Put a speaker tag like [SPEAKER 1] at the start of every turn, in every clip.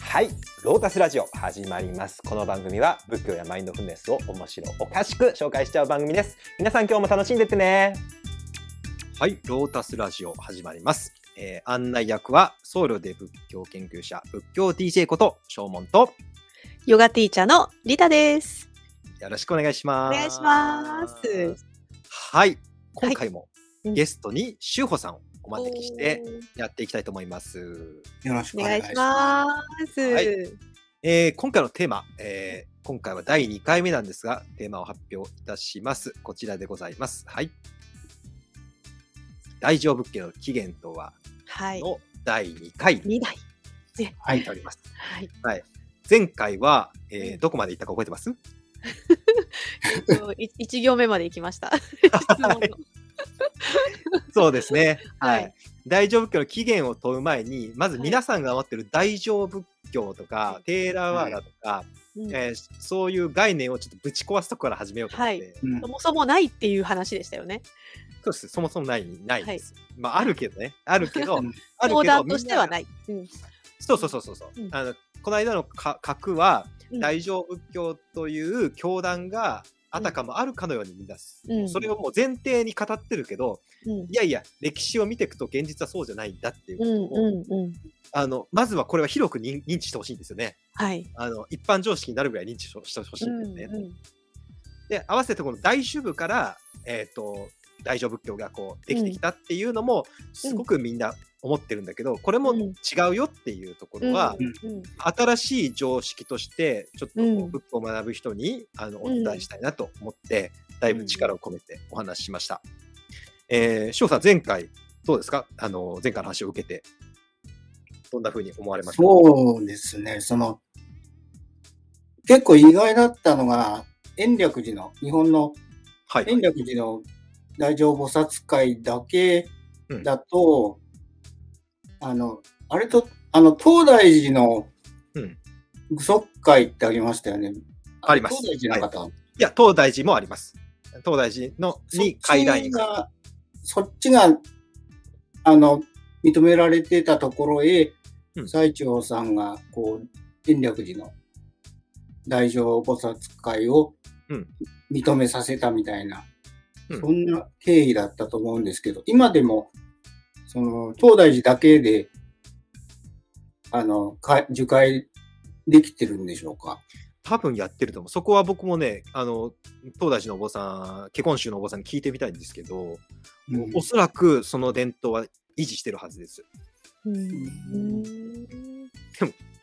[SPEAKER 1] はいロータスラジオ始まりますこの番組は仏教やマインドフルネスを面白おかしく紹介しちゃう番組です皆さん今日も楽しんでってねはいロータスラジオ始まります、えー案内役は僧侶で仏教研究者仏教 DJ こと正門と
[SPEAKER 2] ヨガティーチャーのリタです。
[SPEAKER 1] よろしくお願いします
[SPEAKER 2] お願いします
[SPEAKER 1] はい今回も
[SPEAKER 2] うん
[SPEAKER 1] ゲストに修穂さんをお招きしてやっていきたいと思います、
[SPEAKER 3] よろしく
[SPEAKER 2] お
[SPEAKER 3] お
[SPEAKER 2] 願
[SPEAKER 3] 願
[SPEAKER 2] い
[SPEAKER 3] い
[SPEAKER 2] し
[SPEAKER 3] し
[SPEAKER 2] ま。
[SPEAKER 3] ます
[SPEAKER 1] はいえー今回のテーマ、えー今回は第2回目なんですが、テーマを発表いたします。こちらでございます。はい。大乗仏教の起源とは
[SPEAKER 2] はい。
[SPEAKER 1] の第2回に
[SPEAKER 2] 二台。
[SPEAKER 3] す。は
[SPEAKER 1] なっております。
[SPEAKER 2] はい。
[SPEAKER 1] 前回は、えーどこまで行ったか覚えてます
[SPEAKER 2] い 一行目まで行き ました。
[SPEAKER 1] そうですね。は
[SPEAKER 2] はい
[SPEAKER 1] い。大乗仏教の起源を問う前に、まず皆さんが持ってる大乗仏教とか、テーラワーダとか、
[SPEAKER 2] うん
[SPEAKER 1] えーそういう概念をちょっとぶち壊すところから始めようと思って、
[SPEAKER 2] は
[SPEAKER 3] うん
[SPEAKER 2] そもそもないっていう話でしたよね。
[SPEAKER 1] そうです。そもそもない、ないん
[SPEAKER 2] は
[SPEAKER 1] で
[SPEAKER 2] い
[SPEAKER 1] す。まあ、あるけどね。あるけど、あ
[SPEAKER 3] う
[SPEAKER 1] る
[SPEAKER 3] ん
[SPEAKER 1] けど
[SPEAKER 2] オーダーとしては
[SPEAKER 1] みんな
[SPEAKER 2] ない。うん
[SPEAKER 1] そうそうそうそうそう、
[SPEAKER 2] うん
[SPEAKER 1] あの。この間のか格は、
[SPEAKER 2] うん
[SPEAKER 1] 大乗仏教という教団があたかもあるかのようにみんな、
[SPEAKER 2] うん
[SPEAKER 1] それをもう前提に語ってるけど、
[SPEAKER 2] うん
[SPEAKER 1] いやいや、歴史を見ていくと現実はそうじゃないんだっていう
[SPEAKER 2] う
[SPEAKER 1] ことを、
[SPEAKER 2] んうんうん。
[SPEAKER 1] あのまずはこれは広く認認知してほしいんですよね。
[SPEAKER 2] はい。
[SPEAKER 1] あの一般常識になるぐらい認知してほしてほしいんですね。
[SPEAKER 2] うんうん
[SPEAKER 1] で合わせてこの大主部から、えー、と大乗仏教がこうできてきたっていうのもすごくみんな思ってるんだけど、これも
[SPEAKER 2] うん
[SPEAKER 1] 違うよっていうところは、
[SPEAKER 2] うん
[SPEAKER 1] 新しい常識としてちょっとこう
[SPEAKER 2] うん
[SPEAKER 1] 仏教を学ぶ人にあのお
[SPEAKER 2] うん
[SPEAKER 1] 伝えしたいなと思って、だいぶ力を込めてお話ししました。えー、翔さん前回どうですかあの前回の話を受けてどんなふうに思われましたか
[SPEAKER 3] そうですね。その、結構意外だったのが、延暦寺の、日本の
[SPEAKER 1] はい
[SPEAKER 3] 延暦寺の大乗菩薩会だけだと、あの、あれと、あの、東大寺の
[SPEAKER 1] うん
[SPEAKER 3] 具足会ってありましたよね。
[SPEAKER 1] あります
[SPEAKER 3] 東大寺の方、
[SPEAKER 1] いや東大寺もあります。東大寺のに会談
[SPEAKER 3] そっち
[SPEAKER 1] 員が
[SPEAKER 3] が、そっちが、あの、認められてたところへ、
[SPEAKER 1] うん
[SPEAKER 3] 最澄さんが、こう、延暦寺の大乗菩薩会を
[SPEAKER 1] うん
[SPEAKER 3] 認めさせたみたいな、
[SPEAKER 1] うん
[SPEAKER 3] そんな経緯だったと思うんですけど、今でも、その、東大寺だけで、あの、か受会できてるんでしょうか。
[SPEAKER 1] 多分やってると思う。そこは僕もね、あの、東大寺のお坊さん、結婚宗のお坊さんに聞いてみたいんですけど、おそらくその伝統は維持してるはずです。
[SPEAKER 2] うん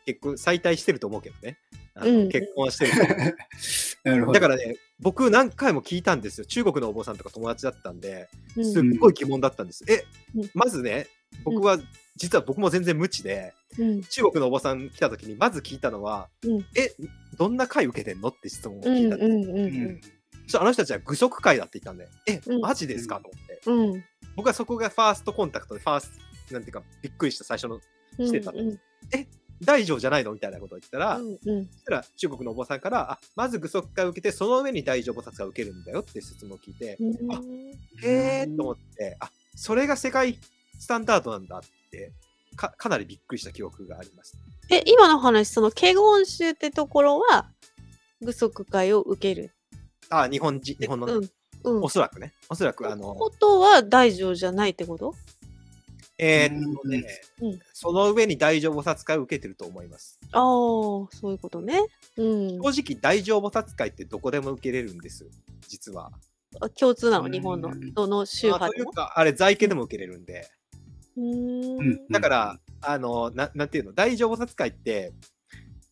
[SPEAKER 1] 結婚、再退してると思うけどね。あ
[SPEAKER 2] う
[SPEAKER 1] の
[SPEAKER 2] ん
[SPEAKER 1] 結婚はしてると思う。
[SPEAKER 3] な るほど。
[SPEAKER 1] だからね、僕何回も聞いたんですよ。中国のお坊さんとか友達だったんで、
[SPEAKER 2] うん
[SPEAKER 1] すっごい疑問だったんです。え
[SPEAKER 2] うん、
[SPEAKER 1] まずね、僕は、実は僕も全然無知で、
[SPEAKER 2] うん
[SPEAKER 1] 中国のお坊さん来た時にまず聞いたのは、
[SPEAKER 2] うん
[SPEAKER 1] え、どんな会受けてんのって質問を
[SPEAKER 2] うん
[SPEAKER 1] 聞いたんです。
[SPEAKER 2] うんう
[SPEAKER 3] うんん、
[SPEAKER 1] そしたらあの人たちは具足会だって言ったんで、え、
[SPEAKER 2] うん
[SPEAKER 1] マジですかと思って。
[SPEAKER 2] うんうん
[SPEAKER 1] 僕はそこがファーストコンタクトで、ファースト、なんていうか、びっくりした最初のしてたんです大乗じゃないのみたいなことを言ったら、
[SPEAKER 2] うんうん
[SPEAKER 1] そしたら中国のお坊さんから、あまず具足会を受けて、その上に大乗菩薩が受けるんだよって説明を聞いて、
[SPEAKER 2] うん
[SPEAKER 1] あへーと思って、あそれが世界スタンダードなんだって、かかなりびっくりした記憶があります。
[SPEAKER 2] え、今の話、その、ケゴン州ってところは、具足会を受ける。
[SPEAKER 1] あ、日本人、日本のね、
[SPEAKER 2] うん。うん。
[SPEAKER 1] おそらくね、おそらくあ
[SPEAKER 2] って
[SPEAKER 1] の、
[SPEAKER 2] ことは大乗じゃないってこと
[SPEAKER 1] えーっとね、
[SPEAKER 2] うん
[SPEAKER 1] その上に大乗菩薩会を受けてると思います。
[SPEAKER 2] ああ、そういうことね。うん。
[SPEAKER 1] 正直、大乗菩薩会ってどこでも受けれるんです、実は。
[SPEAKER 2] あ共通なの、
[SPEAKER 3] うん
[SPEAKER 2] 日本の、どの宗
[SPEAKER 1] まあ
[SPEAKER 2] 派
[SPEAKER 1] とい
[SPEAKER 2] で
[SPEAKER 1] う
[SPEAKER 2] も。
[SPEAKER 1] か、あれ、在家でも受けれるんで、
[SPEAKER 2] うー
[SPEAKER 3] うんん。
[SPEAKER 1] だから、あのな、なんていうの、大乗菩薩会って、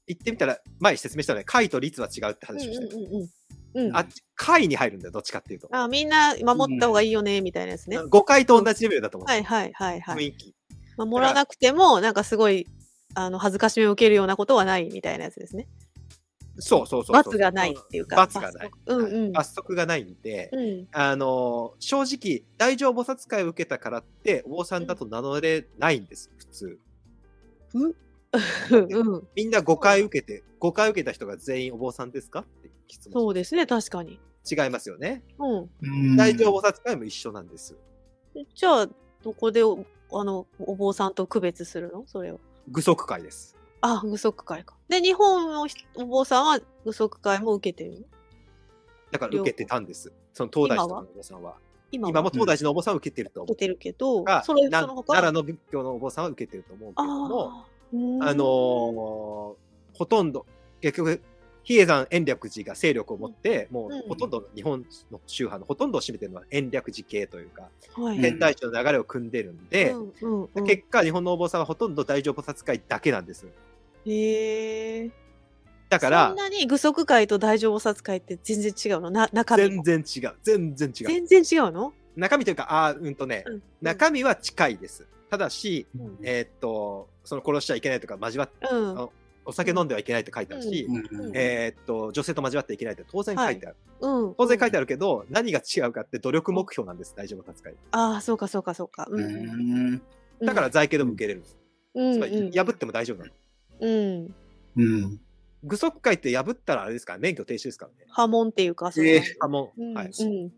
[SPEAKER 1] 言ってみたら、前説明したよね、会と律は違うって
[SPEAKER 2] うん
[SPEAKER 1] 話をしたよね、
[SPEAKER 2] うんうんうん。
[SPEAKER 1] あっち会に入るんだよ、どっちかっていうと。
[SPEAKER 2] あ、みんな守った方がいいよね、みたいなやつね。
[SPEAKER 1] 誤解と同じレベルだと思う、
[SPEAKER 2] はいはいはいは
[SPEAKER 1] 雰
[SPEAKER 2] い。
[SPEAKER 1] 囲気。
[SPEAKER 2] 守らなくても、なんかすごい、あの、恥ずかしめを受けるようなことはないみたいなやつですね。
[SPEAKER 1] そうそうそうそう。
[SPEAKER 2] 罰がないっていうか。
[SPEAKER 1] 罰がない
[SPEAKER 2] 罰則。うんうん。
[SPEAKER 1] 罰則がないんで、
[SPEAKER 2] うん。
[SPEAKER 1] あの正直、大乗菩薩会を受けたからって、お坊さんだと名乗れないんです、普通。
[SPEAKER 2] うん。
[SPEAKER 1] みんな誤解受けて、誤解受けた人が全員お坊さんですかって質問
[SPEAKER 2] そうですね、確かに。
[SPEAKER 1] 違いますよね。
[SPEAKER 2] うん。
[SPEAKER 3] うん
[SPEAKER 1] 大乗菩薩会も一緒なんです。
[SPEAKER 2] じゃあ、どこでお、あの、お坊さんと区別するのそれを。
[SPEAKER 1] 具足会です。
[SPEAKER 2] あ、具足会か。で、日本のひお坊さんは具足会も受けてる
[SPEAKER 1] だから受けてたんです。その東大寺のお坊さんは。
[SPEAKER 2] 今
[SPEAKER 1] 今
[SPEAKER 2] は
[SPEAKER 1] も東大寺のお坊さんは受けてると思
[SPEAKER 2] 受
[SPEAKER 1] う
[SPEAKER 2] け。てるけど
[SPEAKER 1] が、
[SPEAKER 2] それ、
[SPEAKER 1] な
[SPEAKER 2] その他
[SPEAKER 1] 奈良の仏教のお坊さんは受けてると思うけれども、
[SPEAKER 2] あーうん
[SPEAKER 1] あのーほとんど、結局、比叡山延暦寺が勢力を持って、も
[SPEAKER 2] うん
[SPEAKER 1] うほとんどの日本の宗派のほとんどを占めてるのは延暦寺系というか、
[SPEAKER 2] はい
[SPEAKER 1] 天台宗の流れを組んでるんで、
[SPEAKER 2] うんうんうん
[SPEAKER 1] 結果、日本のお坊さんはほとんど大乗菩薩会だけなんです。
[SPEAKER 2] へー
[SPEAKER 1] だか
[SPEAKER 2] そ
[SPEAKER 1] ら
[SPEAKER 2] ん、なに具足会と大乗菩薩会って全然違うのな中身
[SPEAKER 1] 全然
[SPEAKER 2] も
[SPEAKER 1] 違う。全然違う。
[SPEAKER 2] 全然違うの、
[SPEAKER 1] 中身というか、あーうんとね、
[SPEAKER 2] うん、
[SPEAKER 1] 中身は近いです。ただし、
[SPEAKER 3] うん
[SPEAKER 1] えーっと、その殺しちゃいけないとか、交わっ
[SPEAKER 2] うん
[SPEAKER 1] あお酒飲んではいけないって書いてあるし、
[SPEAKER 3] うん
[SPEAKER 1] えーっと、女性と交わってはいけないって当然書いてある。
[SPEAKER 2] うん、
[SPEAKER 1] 当然書いて
[SPEAKER 2] ある
[SPEAKER 1] あるけど、何が違うかって努力目標なんです、大丈夫扱い。
[SPEAKER 2] ああそうかそうかそうか、うん
[SPEAKER 3] うん
[SPEAKER 1] だから在家でも受け入れるんです。
[SPEAKER 2] うん
[SPEAKER 1] つ
[SPEAKER 2] うん
[SPEAKER 1] まり破っても大丈夫なの。
[SPEAKER 2] うん
[SPEAKER 3] うん
[SPEAKER 1] 具足会って破ったらあれですから、免許停止ですからね。
[SPEAKER 2] 波紋っていうかそ
[SPEAKER 3] え
[SPEAKER 2] れ
[SPEAKER 3] え
[SPEAKER 1] 波紋。
[SPEAKER 2] うん
[SPEAKER 1] はい。
[SPEAKER 2] うん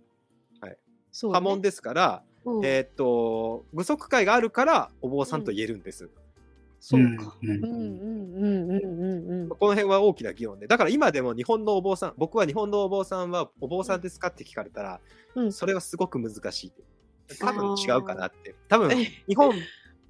[SPEAKER 1] はい
[SPEAKER 2] そうね
[SPEAKER 1] 波紋ですから、
[SPEAKER 2] うん
[SPEAKER 1] えーっと、具足会があるから、お坊さんと言えるんです。
[SPEAKER 2] そうか
[SPEAKER 3] うんう
[SPEAKER 2] うん
[SPEAKER 3] ん
[SPEAKER 2] うんうんうんうんうん
[SPEAKER 1] この辺は大きな議論で、だから今でも日本のお坊さん、僕は日本のお坊さんはお坊さんですかって聞かれたら、
[SPEAKER 2] うん
[SPEAKER 1] それはすごく難しい。多分違うかなって。多分
[SPEAKER 2] え
[SPEAKER 1] 日本、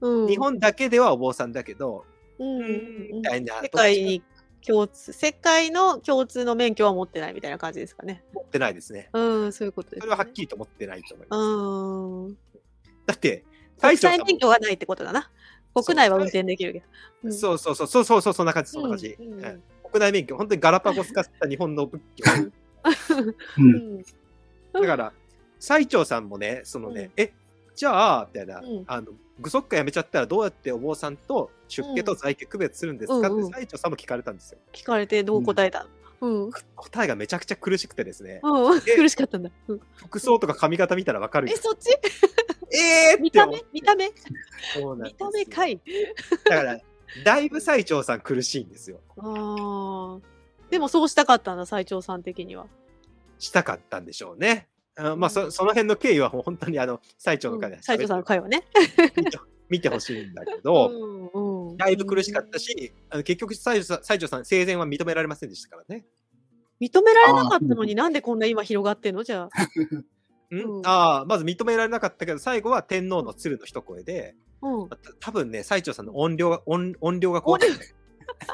[SPEAKER 2] うん
[SPEAKER 1] 日本だけではお坊さんだけど、
[SPEAKER 2] うんうんう
[SPEAKER 1] み
[SPEAKER 2] ん
[SPEAKER 1] たいな、
[SPEAKER 2] 世界に共通世界の共通の免許は持ってないみたいな感じですかね
[SPEAKER 1] 持ってないですね。
[SPEAKER 2] うんそういうことです、ね、
[SPEAKER 1] それははっきりと持ってないと思います。
[SPEAKER 2] うん
[SPEAKER 1] だって、
[SPEAKER 2] 国
[SPEAKER 1] 大将さ
[SPEAKER 2] 際
[SPEAKER 1] んも
[SPEAKER 2] 免許がないってことだな。
[SPEAKER 1] そう
[SPEAKER 2] 国内は運転できるけど。うん
[SPEAKER 1] そうそうそう、そうそうそう、そんな感じ、そんな感じ。
[SPEAKER 2] うんうん
[SPEAKER 1] うん国内免許、本当にガラパゴス化した日本の仏教。
[SPEAKER 3] う
[SPEAKER 2] うんん
[SPEAKER 1] だから、最澄さんもね、そのね、え、じゃあ、みたいな、
[SPEAKER 2] うん
[SPEAKER 1] あの、具足会やめちゃったらどうやってお坊さんと出家と在家区別するんですか
[SPEAKER 2] うんうん
[SPEAKER 1] っ
[SPEAKER 2] うん
[SPEAKER 1] て最澄さんも聞かれたんですよ。
[SPEAKER 2] 聞かれてどう答えたうん。うん。
[SPEAKER 1] 答えがめちゃくちゃ苦しくてですね、で
[SPEAKER 2] 苦しかったんだ。うん
[SPEAKER 1] 服装とか髪型見たらわかる
[SPEAKER 2] え、
[SPEAKER 1] よ。
[SPEAKER 2] そっち
[SPEAKER 1] えー
[SPEAKER 2] 見
[SPEAKER 1] って
[SPEAKER 2] た
[SPEAKER 1] 思っ
[SPEAKER 2] 目
[SPEAKER 1] て
[SPEAKER 2] 見た目
[SPEAKER 1] そうなんで
[SPEAKER 2] 見
[SPEAKER 1] すよ
[SPEAKER 2] た目かい。
[SPEAKER 1] だから、だいぶ最澄さん苦しいんですよ。
[SPEAKER 2] あーでもそうしたかったんだ、最長さん的には。
[SPEAKER 1] したかったんでしょうね。あまあそ、その辺の経緯はもう本当にあの、最澄の会で、
[SPEAKER 2] 最長さんの会話ね。
[SPEAKER 1] 見て見てほしいんだけ
[SPEAKER 2] う
[SPEAKER 1] ど、
[SPEAKER 2] んうん
[SPEAKER 1] だいぶ苦しかった。し、あの結局西条さん、西条さん、生前は認められませんでしたからね。
[SPEAKER 2] 認められなかったのになんでこんな今広がってんのじゃあ。
[SPEAKER 1] ん
[SPEAKER 2] うん
[SPEAKER 1] ああ、まず認められなかったけど、最後は天皇の鶴の一声で、
[SPEAKER 2] う
[SPEAKER 1] ま
[SPEAKER 2] ん。
[SPEAKER 1] あた多分ね、西条さんの音量が、音音量が怖かった。い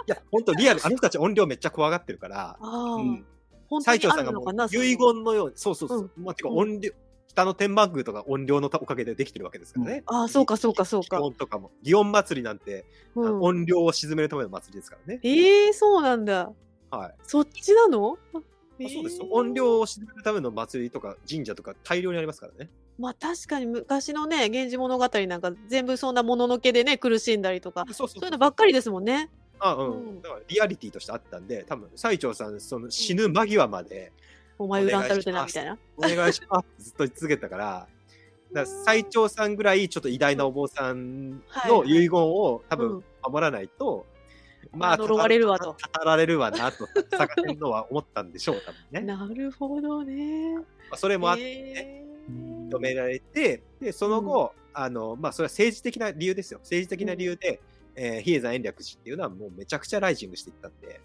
[SPEAKER 1] や、本当リアル、あの人たち音量めっちゃ怖がってるから、
[SPEAKER 2] ああ
[SPEAKER 3] う。ん
[SPEAKER 2] 本当
[SPEAKER 1] 西
[SPEAKER 2] に
[SPEAKER 1] 条
[SPEAKER 2] あ
[SPEAKER 1] さん
[SPEAKER 2] る
[SPEAKER 1] が
[SPEAKER 2] の
[SPEAKER 1] も
[SPEAKER 2] か
[SPEAKER 1] う
[SPEAKER 2] なその
[SPEAKER 1] 遺言のように、そうそうそう、まあ、てか
[SPEAKER 2] うん
[SPEAKER 1] 音量、北の天満宮とか音量のおかげでできてるわけですからね。
[SPEAKER 2] ああ、そうかそうかそう
[SPEAKER 1] 祇
[SPEAKER 2] か。
[SPEAKER 1] 園とかも、祇園祭りなんて、あ
[SPEAKER 2] う
[SPEAKER 1] の
[SPEAKER 2] ん
[SPEAKER 1] 音量を沈めるための祭りですからね。
[SPEAKER 2] ええそうなんだ。
[SPEAKER 1] はい。
[SPEAKER 2] そっちなの
[SPEAKER 1] あそうですよ
[SPEAKER 2] え。ー
[SPEAKER 1] 音量を沈めるための祭りとか神社とか大量にありますからね。
[SPEAKER 2] まあ確かに昔のね「源氏物語」なんか全部そんなもののけでね苦しんだりとか
[SPEAKER 1] そうそ
[SPEAKER 2] そういうのばっかりですもんね。
[SPEAKER 1] あ、うん。
[SPEAKER 2] うん
[SPEAKER 1] だからリアリティとしてあったんで、多分最澄さんその死ぬ間際ま で
[SPEAKER 2] お前
[SPEAKER 1] お願い
[SPEAKER 2] 恨んだるて
[SPEAKER 1] し
[SPEAKER 2] な
[SPEAKER 1] ま
[SPEAKER 2] み
[SPEAKER 1] す
[SPEAKER 2] たいな。
[SPEAKER 1] お願いしますってずっと言い続けた から。だから最澄さんぐらいちょっと偉大なお坊さんの
[SPEAKER 2] はい
[SPEAKER 1] 遺言を多
[SPEAKER 2] う
[SPEAKER 1] 分
[SPEAKER 2] ん
[SPEAKER 1] 守らないと、
[SPEAKER 2] 呪われるわと
[SPEAKER 1] 語語られるわなと、坂天皇は思ったんでしょう、多分ね。ま
[SPEAKER 2] なるほどね。
[SPEAKER 1] あ、それもあって
[SPEAKER 2] え
[SPEAKER 1] 認められて、で、その後、あの、まあ、それは政治的な理由ですよ。政治的な理由で、えー比叡山延暦寺っていうのはもうめちゃくちゃライジングしていったんで、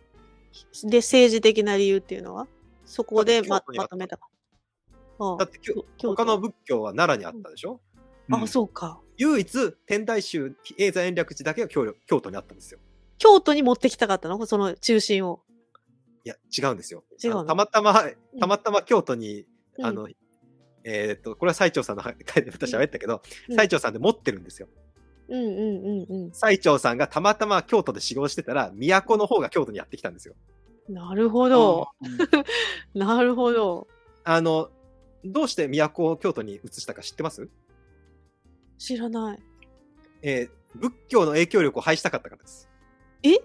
[SPEAKER 2] ーで政治的な理由っていうのはそこで
[SPEAKER 1] だっ
[SPEAKER 2] ま
[SPEAKER 1] て京都にあった
[SPEAKER 2] まとめたか。あ
[SPEAKER 1] だってきょ
[SPEAKER 2] 京
[SPEAKER 1] 他
[SPEAKER 2] 都
[SPEAKER 1] の仏教は奈良にあったでしょ、
[SPEAKER 2] あそうか。
[SPEAKER 1] 唯一、天台宗、比叡山延暦寺だけが京京都にあったんですよ。
[SPEAKER 2] 京都に持ってきたかったのその中心を。
[SPEAKER 1] いや、違うんですよ。
[SPEAKER 2] 違うの
[SPEAKER 1] あのたまたま、たまたま京都に、
[SPEAKER 2] うん
[SPEAKER 1] あの、えーっと、これは最澄さんの回でまた喋ったけど、
[SPEAKER 2] うん
[SPEAKER 1] 最澄さんで持ってるんですよ。
[SPEAKER 2] うんうんうん
[SPEAKER 1] 最澄さんがたまたま京都で修行してたら、都の方が京都にやってきたんですよ。
[SPEAKER 2] うん。なるほど。なるほど。
[SPEAKER 1] あの、どうして都を京都に移したか知ってます
[SPEAKER 2] 知らない。
[SPEAKER 1] えー仏教の影響力を排したかったからです。
[SPEAKER 2] え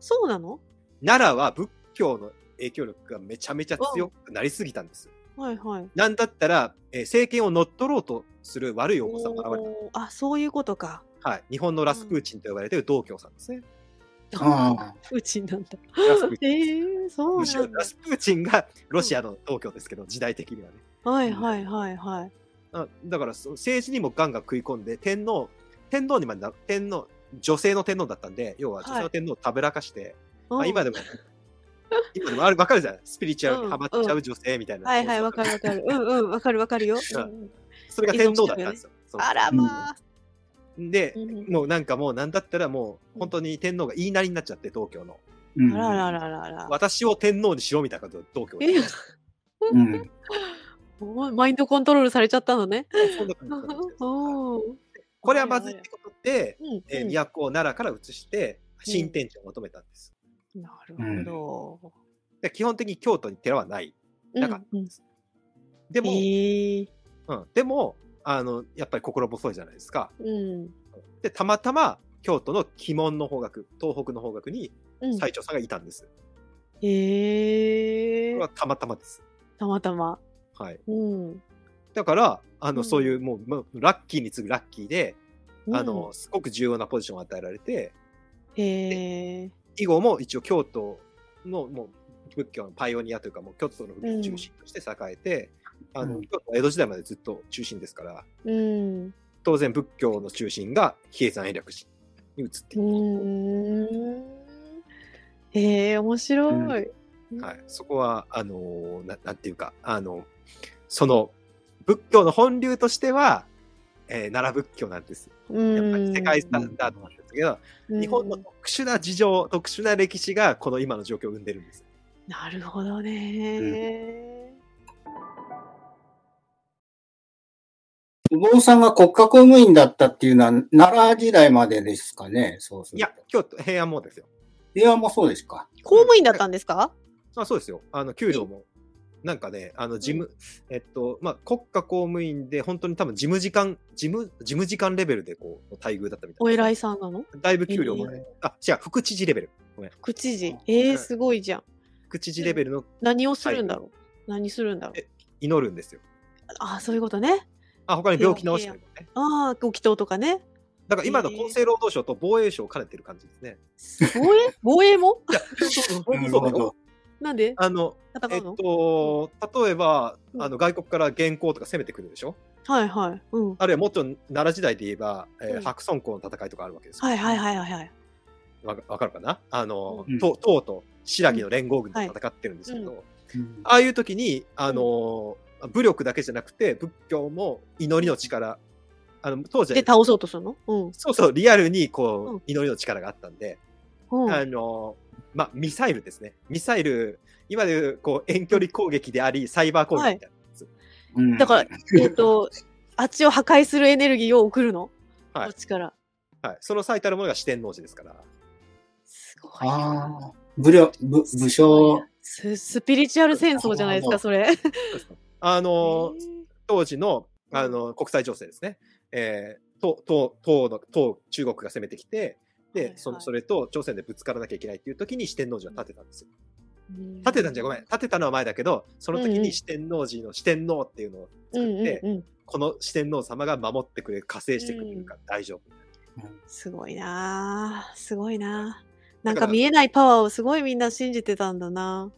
[SPEAKER 2] そうなの
[SPEAKER 1] 奈良は仏教の影響力がめちゃめちゃ強くなりすぎたんです。
[SPEAKER 2] はいはい。
[SPEAKER 1] なんだったら、えー政権を乗っ取ろうとする悪いお坊さんが現れ
[SPEAKER 2] おーあそういうことか。
[SPEAKER 1] た。はい。日本のラスプーチンと呼ばれている道教さんですね。
[SPEAKER 3] あ
[SPEAKER 2] プーチンなんだ。
[SPEAKER 1] ラスプー
[SPEAKER 2] え
[SPEAKER 1] チン。
[SPEAKER 2] ー、 そう
[SPEAKER 1] むし
[SPEAKER 2] な
[SPEAKER 1] ろ
[SPEAKER 2] んだ
[SPEAKER 1] ラ。スプーチンがロシアの道教ですけど、時代的にはね。
[SPEAKER 2] はいはいはいはい。
[SPEAKER 1] あだからそ政治にもガンガン食い込んで、天皇、天皇にまでな、天皇、女性の天皇だったんで、要は女性の天皇をたぶらかして、まあ、今
[SPEAKER 2] で
[SPEAKER 1] でも、今でもある分かるじゃないスピリチュアルにハマっちゃう女性みたいな。
[SPEAKER 2] はいはい、わかるわかる。うんうん、わかるわかるよ。
[SPEAKER 1] うん
[SPEAKER 2] うんうん
[SPEAKER 1] それが天皇だったんですよ。そう
[SPEAKER 2] あらまあ。
[SPEAKER 1] で、
[SPEAKER 2] うん
[SPEAKER 1] もうなんかもうなんだったらもう本当に天皇が言いなりになっちゃって、東京の。
[SPEAKER 3] うん
[SPEAKER 2] あららららら。
[SPEAKER 1] 私を天皇にしろみたいなことを東京で
[SPEAKER 2] え。
[SPEAKER 3] うん。
[SPEAKER 2] おマインドコントロールされちゃったのね。
[SPEAKER 1] そんな感じなんですよ
[SPEAKER 2] おー
[SPEAKER 1] これはまずいってことで、
[SPEAKER 2] うん
[SPEAKER 1] えー
[SPEAKER 2] うん
[SPEAKER 1] 都を奈良から移して、新天地を求めたんです。
[SPEAKER 2] なるほど。
[SPEAKER 1] で基本的に京都に寺はない。
[SPEAKER 2] う
[SPEAKER 1] なんか
[SPEAKER 2] うん
[SPEAKER 1] でも、
[SPEAKER 2] えー
[SPEAKER 1] うん、でも、あの、やっぱり心細いじゃないですか。
[SPEAKER 2] うん
[SPEAKER 1] で、たまたま京都の鬼門の方角、東北の方角に
[SPEAKER 2] うん
[SPEAKER 1] 最長さんがいたんです。
[SPEAKER 2] え
[SPEAKER 1] これ
[SPEAKER 2] ー
[SPEAKER 1] はたまたまです。
[SPEAKER 2] たまたま。
[SPEAKER 1] はい。
[SPEAKER 2] うん。
[SPEAKER 1] だから、あの、
[SPEAKER 2] うん
[SPEAKER 1] そういうもう、もうラッキーに次ぐラッキーで、
[SPEAKER 2] うん
[SPEAKER 1] あの、、すごく重要なポジションを与えられて、
[SPEAKER 2] へえ。
[SPEAKER 1] 以後も一応京都のもう仏教のパイオニアというか、もう京都の仏教中心として栄えて、あ
[SPEAKER 3] う
[SPEAKER 1] の、
[SPEAKER 3] ん
[SPEAKER 1] 京都は江戸時代までずっと中心ですから、
[SPEAKER 2] うん。う
[SPEAKER 1] 当然仏教の中心が比叡山延暦寺に移っていく。
[SPEAKER 2] ーん。へえ、面白い。
[SPEAKER 1] はい、そこはあのーななんていうかあのその仏教の本流としては、えー奈良仏教なんですよやっぱり世界スタンダードなんですけど、
[SPEAKER 2] うん
[SPEAKER 1] 日本の特殊な事情特殊な歴史がこの今の状況を生んでるんです。
[SPEAKER 2] なるほどね。
[SPEAKER 3] お坊さんが国家公務員だったっていうのは、奈良時代までですかね、そうす
[SPEAKER 1] い
[SPEAKER 3] ると
[SPEAKER 1] や。京都平安もですよ。
[SPEAKER 3] 平安もそうですか。
[SPEAKER 2] 公務員だったんですか
[SPEAKER 1] あそうですよあの給料もなんかねあの事務、えっとまあ、国家公務員で本当に多分事務次官事務事務次官レベルでこう待遇だったみたいな。
[SPEAKER 2] お偉いさんなの
[SPEAKER 1] だいぶ給料もらえる、あ違う副知事レベル
[SPEAKER 2] 副知事。え
[SPEAKER 1] う
[SPEAKER 2] え、
[SPEAKER 1] ん
[SPEAKER 2] すごいじゃん。
[SPEAKER 1] 副知事レベルの
[SPEAKER 2] 何をするんだろう何するんだろう
[SPEAKER 1] え祈るんですよ。
[SPEAKER 2] ああ、そういうことね。
[SPEAKER 1] あ、他に病気治してるもんね。
[SPEAKER 2] ああ、ご祈祷と かね。
[SPEAKER 1] だから今の
[SPEAKER 2] へー
[SPEAKER 1] 厚生労働省と防衛省を兼ねてる感じですね。
[SPEAKER 2] 防衛防衛も
[SPEAKER 1] そう
[SPEAKER 3] なる
[SPEAKER 1] そう
[SPEAKER 3] ほど。
[SPEAKER 2] なんで
[SPEAKER 1] あの、え
[SPEAKER 2] 戦
[SPEAKER 1] っ
[SPEAKER 2] うの
[SPEAKER 1] と、例えば、
[SPEAKER 2] うん
[SPEAKER 1] あの外国から現行とか攻めてくるでしょ
[SPEAKER 2] はいはい。うん。
[SPEAKER 1] あるいはもっと奈良時代で言えば、えー
[SPEAKER 2] うん
[SPEAKER 1] 白村江の戦いとかあるわけですよ。
[SPEAKER 2] はいはいはいはいはい。
[SPEAKER 1] わかわかるかなあの、
[SPEAKER 3] うん
[SPEAKER 1] 唐唐と新羅の連合軍と戦ってるんですけど、
[SPEAKER 2] う
[SPEAKER 3] うん
[SPEAKER 1] ああいう時に、あの、武力だけじゃなくて、仏教も祈りの力、あの当時は
[SPEAKER 2] で、倒そうとするのうん。
[SPEAKER 1] そうそう、リアルにこう、
[SPEAKER 2] うん
[SPEAKER 1] 祈りの力があったんで、
[SPEAKER 2] うん
[SPEAKER 1] あの、まあ、ミサイルですね。ミサイル、今でいう、こう、遠距離攻撃であり、サイバー攻撃みたい
[SPEAKER 3] うん
[SPEAKER 2] だから、えっと、あっちを破壊するエネルギーを送るの、
[SPEAKER 1] はい
[SPEAKER 2] こっちから。
[SPEAKER 1] な。はい。その最たるものが四天王寺ですから。
[SPEAKER 2] すごい
[SPEAKER 3] あ
[SPEAKER 2] な。
[SPEAKER 3] あ、武力、武武将、
[SPEAKER 2] ススピリチュアル戦争じゃないですか、それ。
[SPEAKER 1] あの
[SPEAKER 2] へ、ー
[SPEAKER 1] 当時の、あの、国際情勢ですね。えー、と、と、唐の、唐、中国が攻めてきて、で、
[SPEAKER 2] はいはい
[SPEAKER 1] その、それと朝鮮でぶつからなきゃいけないっていう時に四天王寺は建てたんですよ。建てたんじゃごめん。。建てたのは前だけど、その時
[SPEAKER 2] うんうん
[SPEAKER 1] に四天王寺の四天王っていうのを
[SPEAKER 2] う
[SPEAKER 1] 作って、
[SPEAKER 2] んうんうん。
[SPEAKER 1] この四天王様が守ってくれる、加勢してくれるから大丈夫。
[SPEAKER 2] すごいなあすごいなあ
[SPEAKER 1] だ
[SPEAKER 2] なん
[SPEAKER 1] から
[SPEAKER 2] か見えないパワーをすごいみんな信じてたんだな。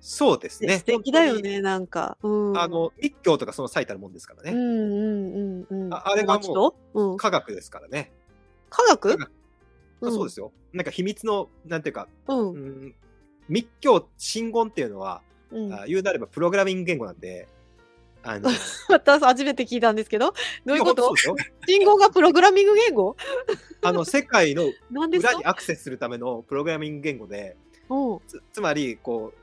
[SPEAKER 1] そうですね。
[SPEAKER 2] 素敵だよ
[SPEAKER 1] 本当に。
[SPEAKER 2] ね、なんか。うん。
[SPEAKER 1] あ、の、密教とかその最たるもんですから
[SPEAKER 2] うん
[SPEAKER 1] ね。
[SPEAKER 2] うんうんうん。
[SPEAKER 1] ああれはもう
[SPEAKER 2] 友達とうん、科
[SPEAKER 1] 科学ですからね。
[SPEAKER 2] 学。
[SPEAKER 1] 科あそうですすよ。なんか秘密の、なんていうか、
[SPEAKER 2] うん
[SPEAKER 1] う
[SPEAKER 2] うん
[SPEAKER 1] ん、密教、真言っていうのは、
[SPEAKER 2] うん。
[SPEAKER 1] あ言うなればプログラミング言語なんで、あ の、
[SPEAKER 2] 私初めて聞いたんですけど、どういうこ
[SPEAKER 1] や
[SPEAKER 2] と
[SPEAKER 1] 本当そうですよ
[SPEAKER 2] 信号がプログラミング言語
[SPEAKER 1] あ の、世界の
[SPEAKER 2] なんです
[SPEAKER 1] 裏
[SPEAKER 2] か
[SPEAKER 1] にアクセスするためのプログラミング言語で、
[SPEAKER 2] うん。
[SPEAKER 1] つつまり、こう、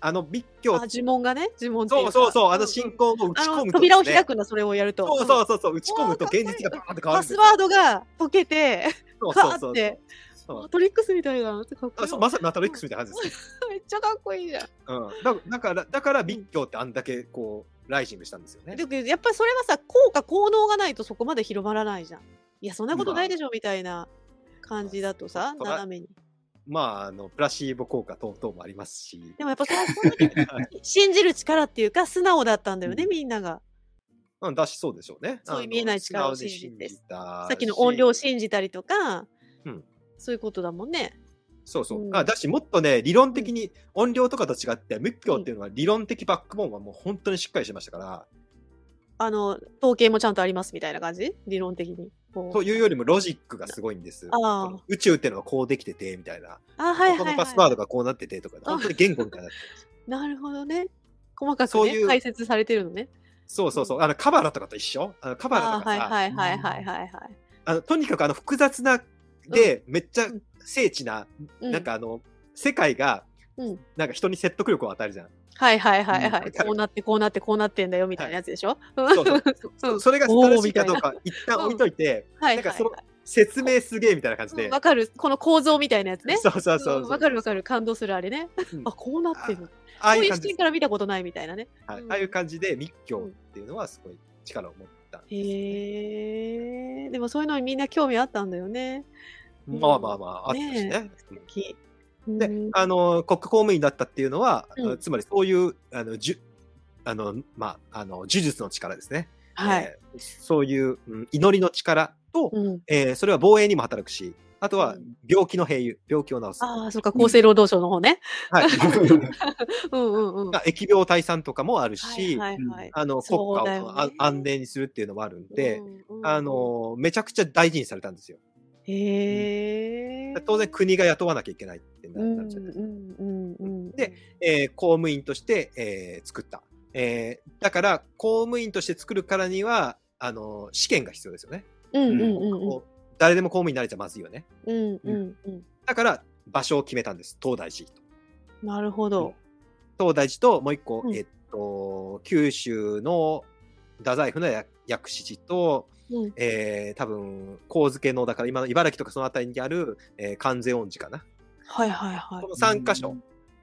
[SPEAKER 1] あの密教
[SPEAKER 2] あ、、呪文がね、呪文ってい
[SPEAKER 1] そうそうそう、あの
[SPEAKER 2] 信
[SPEAKER 1] 信仰を打ち
[SPEAKER 2] あ
[SPEAKER 1] 込
[SPEAKER 2] の
[SPEAKER 1] むとですね、
[SPEAKER 2] 扉を開くんだ、それをやると。
[SPEAKER 1] そうそううそうそう、打ち込むと
[SPEAKER 2] おー
[SPEAKER 1] 現実がバーンって変わ
[SPEAKER 2] ん。
[SPEAKER 1] る
[SPEAKER 2] パ
[SPEAKER 1] ん
[SPEAKER 2] ス
[SPEAKER 1] ですよ
[SPEAKER 2] ワードが解けて、
[SPEAKER 1] そう
[SPEAKER 2] パ
[SPEAKER 1] そうそう
[SPEAKER 2] ー って、
[SPEAKER 1] そう
[SPEAKER 2] トリックスみたいだなってかっこい
[SPEAKER 1] あ
[SPEAKER 2] い
[SPEAKER 1] そう
[SPEAKER 2] わ。
[SPEAKER 1] まさにマトリックスみたいな感じですね。
[SPEAKER 2] めっちゃかっこいいじゃん。
[SPEAKER 1] うんだだから、だから密教ってあんだけこう、ライジングしたんですよね。
[SPEAKER 2] だけどやっぱりそれはさ、効果、効能がないとそこまで広まらないじゃん。いや、そんなことないでしょみたいな感じだとさ、
[SPEAKER 1] まあ
[SPEAKER 2] 斜めに。
[SPEAKER 1] まあ、あの、プラシーボ効果等々もありますし。
[SPEAKER 2] でもやっぱそのその時に信じる力っていうか、素直だったんだよね、みんなが。
[SPEAKER 1] うん、だしそうでしょうね。
[SPEAKER 2] そういう見えない力を信じて
[SPEAKER 1] さ
[SPEAKER 2] さっきの音量を信じたりとか、
[SPEAKER 1] うん
[SPEAKER 2] そういうことだもんね。
[SPEAKER 1] そうそう。
[SPEAKER 2] うん
[SPEAKER 1] あだし、もっとね、理論的に、音量とかと違って、仏教っていうのは理論的バックボーンはもう本当にしっかりしてましたから、
[SPEAKER 2] あの、統計もちゃんとありますみたいな感じ理論的に。こう。
[SPEAKER 1] というよりもロジックがすごいんです。
[SPEAKER 2] あ
[SPEAKER 1] こ
[SPEAKER 2] ー
[SPEAKER 1] の宇宙ってのはこうできててみたいな、
[SPEAKER 2] あ、はいは
[SPEAKER 1] こ
[SPEAKER 2] い、
[SPEAKER 1] こ
[SPEAKER 2] はい。
[SPEAKER 1] のパスワードがこうなっててとか、本当に言語みたいになってます。
[SPEAKER 2] なるほどね。細かく、ね、
[SPEAKER 1] そういう
[SPEAKER 2] 解説されてるのね。
[SPEAKER 1] そうそうそう、あのカバラとかと一緒あのカバラ
[SPEAKER 2] あ
[SPEAKER 1] と
[SPEAKER 2] ー
[SPEAKER 1] か
[SPEAKER 2] はい
[SPEAKER 1] さ、
[SPEAKER 2] はいはいはいはいはい。
[SPEAKER 1] あのとにかくあの複雑なで、めっちゃ精緻な、
[SPEAKER 2] う
[SPEAKER 1] なん、かあの世界が、
[SPEAKER 2] うん
[SPEAKER 1] なんか人に説得力を与えるじゃん。
[SPEAKER 2] はいはいはいは
[SPEAKER 1] うん
[SPEAKER 2] い。こうなってこうなってこうなってんだよみたいなやつでしょ。
[SPEAKER 1] そうそう
[SPEAKER 2] そう
[SPEAKER 1] それが正しいかどうか一旦
[SPEAKER 2] うん
[SPEAKER 1] 置いといて、
[SPEAKER 2] は
[SPEAKER 1] な
[SPEAKER 2] いは
[SPEAKER 1] ん
[SPEAKER 2] い
[SPEAKER 1] か
[SPEAKER 2] は
[SPEAKER 1] その
[SPEAKER 2] い
[SPEAKER 1] 説明すげえみたいな感じ
[SPEAKER 2] う
[SPEAKER 1] で
[SPEAKER 2] ん。わ。かる。この構造みたいなやつね。
[SPEAKER 1] そうそうそう
[SPEAKER 2] う
[SPEAKER 1] そ
[SPEAKER 2] ん
[SPEAKER 1] う。
[SPEAKER 2] わかるわかる。感動するあれね
[SPEAKER 1] うん。
[SPEAKER 2] あ、こうなってる。こ
[SPEAKER 1] ああ
[SPEAKER 2] う
[SPEAKER 1] いう
[SPEAKER 2] いう
[SPEAKER 1] 感
[SPEAKER 2] 視
[SPEAKER 1] じで
[SPEAKER 2] 点
[SPEAKER 1] す、
[SPEAKER 2] から見たことないみたいなね。
[SPEAKER 1] はい
[SPEAKER 2] うん
[SPEAKER 1] ああいう感じで密教っていうのはすごい力を持ったんですね、
[SPEAKER 2] へえ。でもそういうのにみんな興味あったんだよね。うん
[SPEAKER 1] まあまあまああったしね。うん
[SPEAKER 2] き
[SPEAKER 1] で
[SPEAKER 2] うん、
[SPEAKER 1] あの国家公務員になったっていうのは、
[SPEAKER 2] うん
[SPEAKER 1] つまりそういうあのじゅあのまああの呪術の力ですね、
[SPEAKER 2] はい。
[SPEAKER 1] えーそういう、うん祈りの力と、
[SPEAKER 2] うん、
[SPEAKER 1] えーそれは防衛にも働くしあとは
[SPEAKER 2] うん
[SPEAKER 1] 病気の併誘病気を治す、
[SPEAKER 2] ああ、そっか、厚生労働省の方ね。
[SPEAKER 1] はい、
[SPEAKER 2] うんうんうん。
[SPEAKER 1] まあ疫病退散とかもあるし、
[SPEAKER 2] はいはいはい。
[SPEAKER 1] あの国家
[SPEAKER 2] そう
[SPEAKER 1] を、
[SPEAKER 2] だよね
[SPEAKER 1] あ安寧にするっていうのもあるんで、
[SPEAKER 2] うんうんうん
[SPEAKER 1] あ、のめちゃくちゃ大事にされたんですよ
[SPEAKER 2] へえ。
[SPEAKER 1] 当然国が雇わなきゃいけないってなったんじゃないですか、
[SPEAKER 2] うんうんうんうん、
[SPEAKER 1] で、えー公務員として、えー作った、えーだから公務員として作るからにはあの試験が必要ですよね、
[SPEAKER 2] うんうん
[SPEAKER 1] こ
[SPEAKER 2] うんうん
[SPEAKER 1] う誰でも公務員になれちゃまずいよね
[SPEAKER 2] うんうんうん、
[SPEAKER 1] だから場所を決めたんです東大寺と
[SPEAKER 2] なるほど。
[SPEAKER 1] 東大寺ともう一個、
[SPEAKER 2] うん
[SPEAKER 1] えっと九州の太宰府の薬薬師寺と、
[SPEAKER 2] うん
[SPEAKER 1] えー多分神付のだから今の茨城とかその辺りにある、えー関税恩寺かな
[SPEAKER 2] はいはいはい
[SPEAKER 1] こ。の3箇所、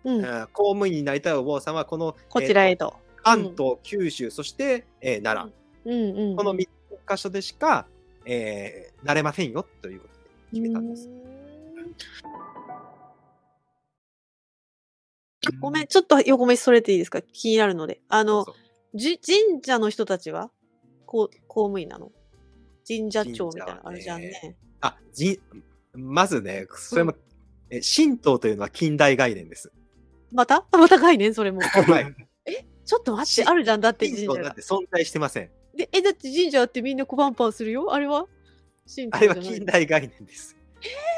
[SPEAKER 2] う
[SPEAKER 1] え
[SPEAKER 2] ん、
[SPEAKER 1] ー公務員になりたいお坊さんはこの
[SPEAKER 2] こちら
[SPEAKER 1] えー
[SPEAKER 2] へと。
[SPEAKER 1] 関東九州そして、えー奈良
[SPEAKER 2] うんうん、
[SPEAKER 1] この3箇所でしか、えーなれませんよということで決めたんです。
[SPEAKER 2] うーんごめん、ちょっと横目それていいですか気になるので。あの、
[SPEAKER 1] そうそう
[SPEAKER 2] じ神社の人たちはこう公務員なの神社長みたいなのあ
[SPEAKER 1] 神
[SPEAKER 2] るじ
[SPEAKER 1] 社
[SPEAKER 2] ゃ
[SPEAKER 1] は
[SPEAKER 2] ん
[SPEAKER 1] ね
[SPEAKER 2] ね。
[SPEAKER 1] あじまずね、それも、え神道というのは近代概念です。
[SPEAKER 2] また また概念そ れも。
[SPEAKER 1] はい、
[SPEAKER 2] ちょっと待っ、
[SPEAKER 1] して
[SPEAKER 2] あるじゃん。だって
[SPEAKER 1] 神
[SPEAKER 2] 神
[SPEAKER 1] 道
[SPEAKER 2] 社
[SPEAKER 1] なん
[SPEAKER 2] が。
[SPEAKER 1] て存在してません。
[SPEAKER 2] でえ、だって神社ってみんな小パンパンするよあれは 神
[SPEAKER 1] あ
[SPEAKER 2] 道じ
[SPEAKER 1] れ
[SPEAKER 2] ゃ
[SPEAKER 1] は
[SPEAKER 2] ない
[SPEAKER 1] 近代概念です。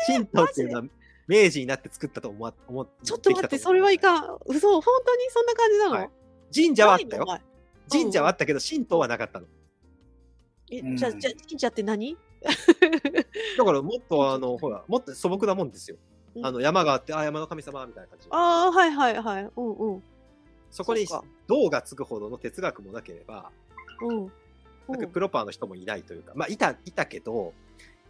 [SPEAKER 1] 神道っていうのは明治になって作ったと思わ思っ
[SPEAKER 2] ちょっと待って、それはい
[SPEAKER 1] ん。
[SPEAKER 2] かん。嘘、本当にそんな感じなの、
[SPEAKER 1] はい神社はあった
[SPEAKER 2] ないのお
[SPEAKER 1] よ。
[SPEAKER 2] 前前
[SPEAKER 1] 神社はあったけど、神道はなかったの。
[SPEAKER 3] う
[SPEAKER 2] え、
[SPEAKER 3] ん
[SPEAKER 2] じゃあ、じゃあ、神社って何
[SPEAKER 1] だからもっとあの、ほら、もっと素朴なもんですよ
[SPEAKER 2] う。ん
[SPEAKER 1] あの山があって、あ、山の神様みたいな感じ。
[SPEAKER 2] ああ、はいはいはい。うんうん。
[SPEAKER 1] そこに
[SPEAKER 2] そうか
[SPEAKER 1] 銅がつくほどの哲学もなければ、
[SPEAKER 2] うん。
[SPEAKER 1] なんかプロパーの人もいないというか、まあ、いた、いたけど、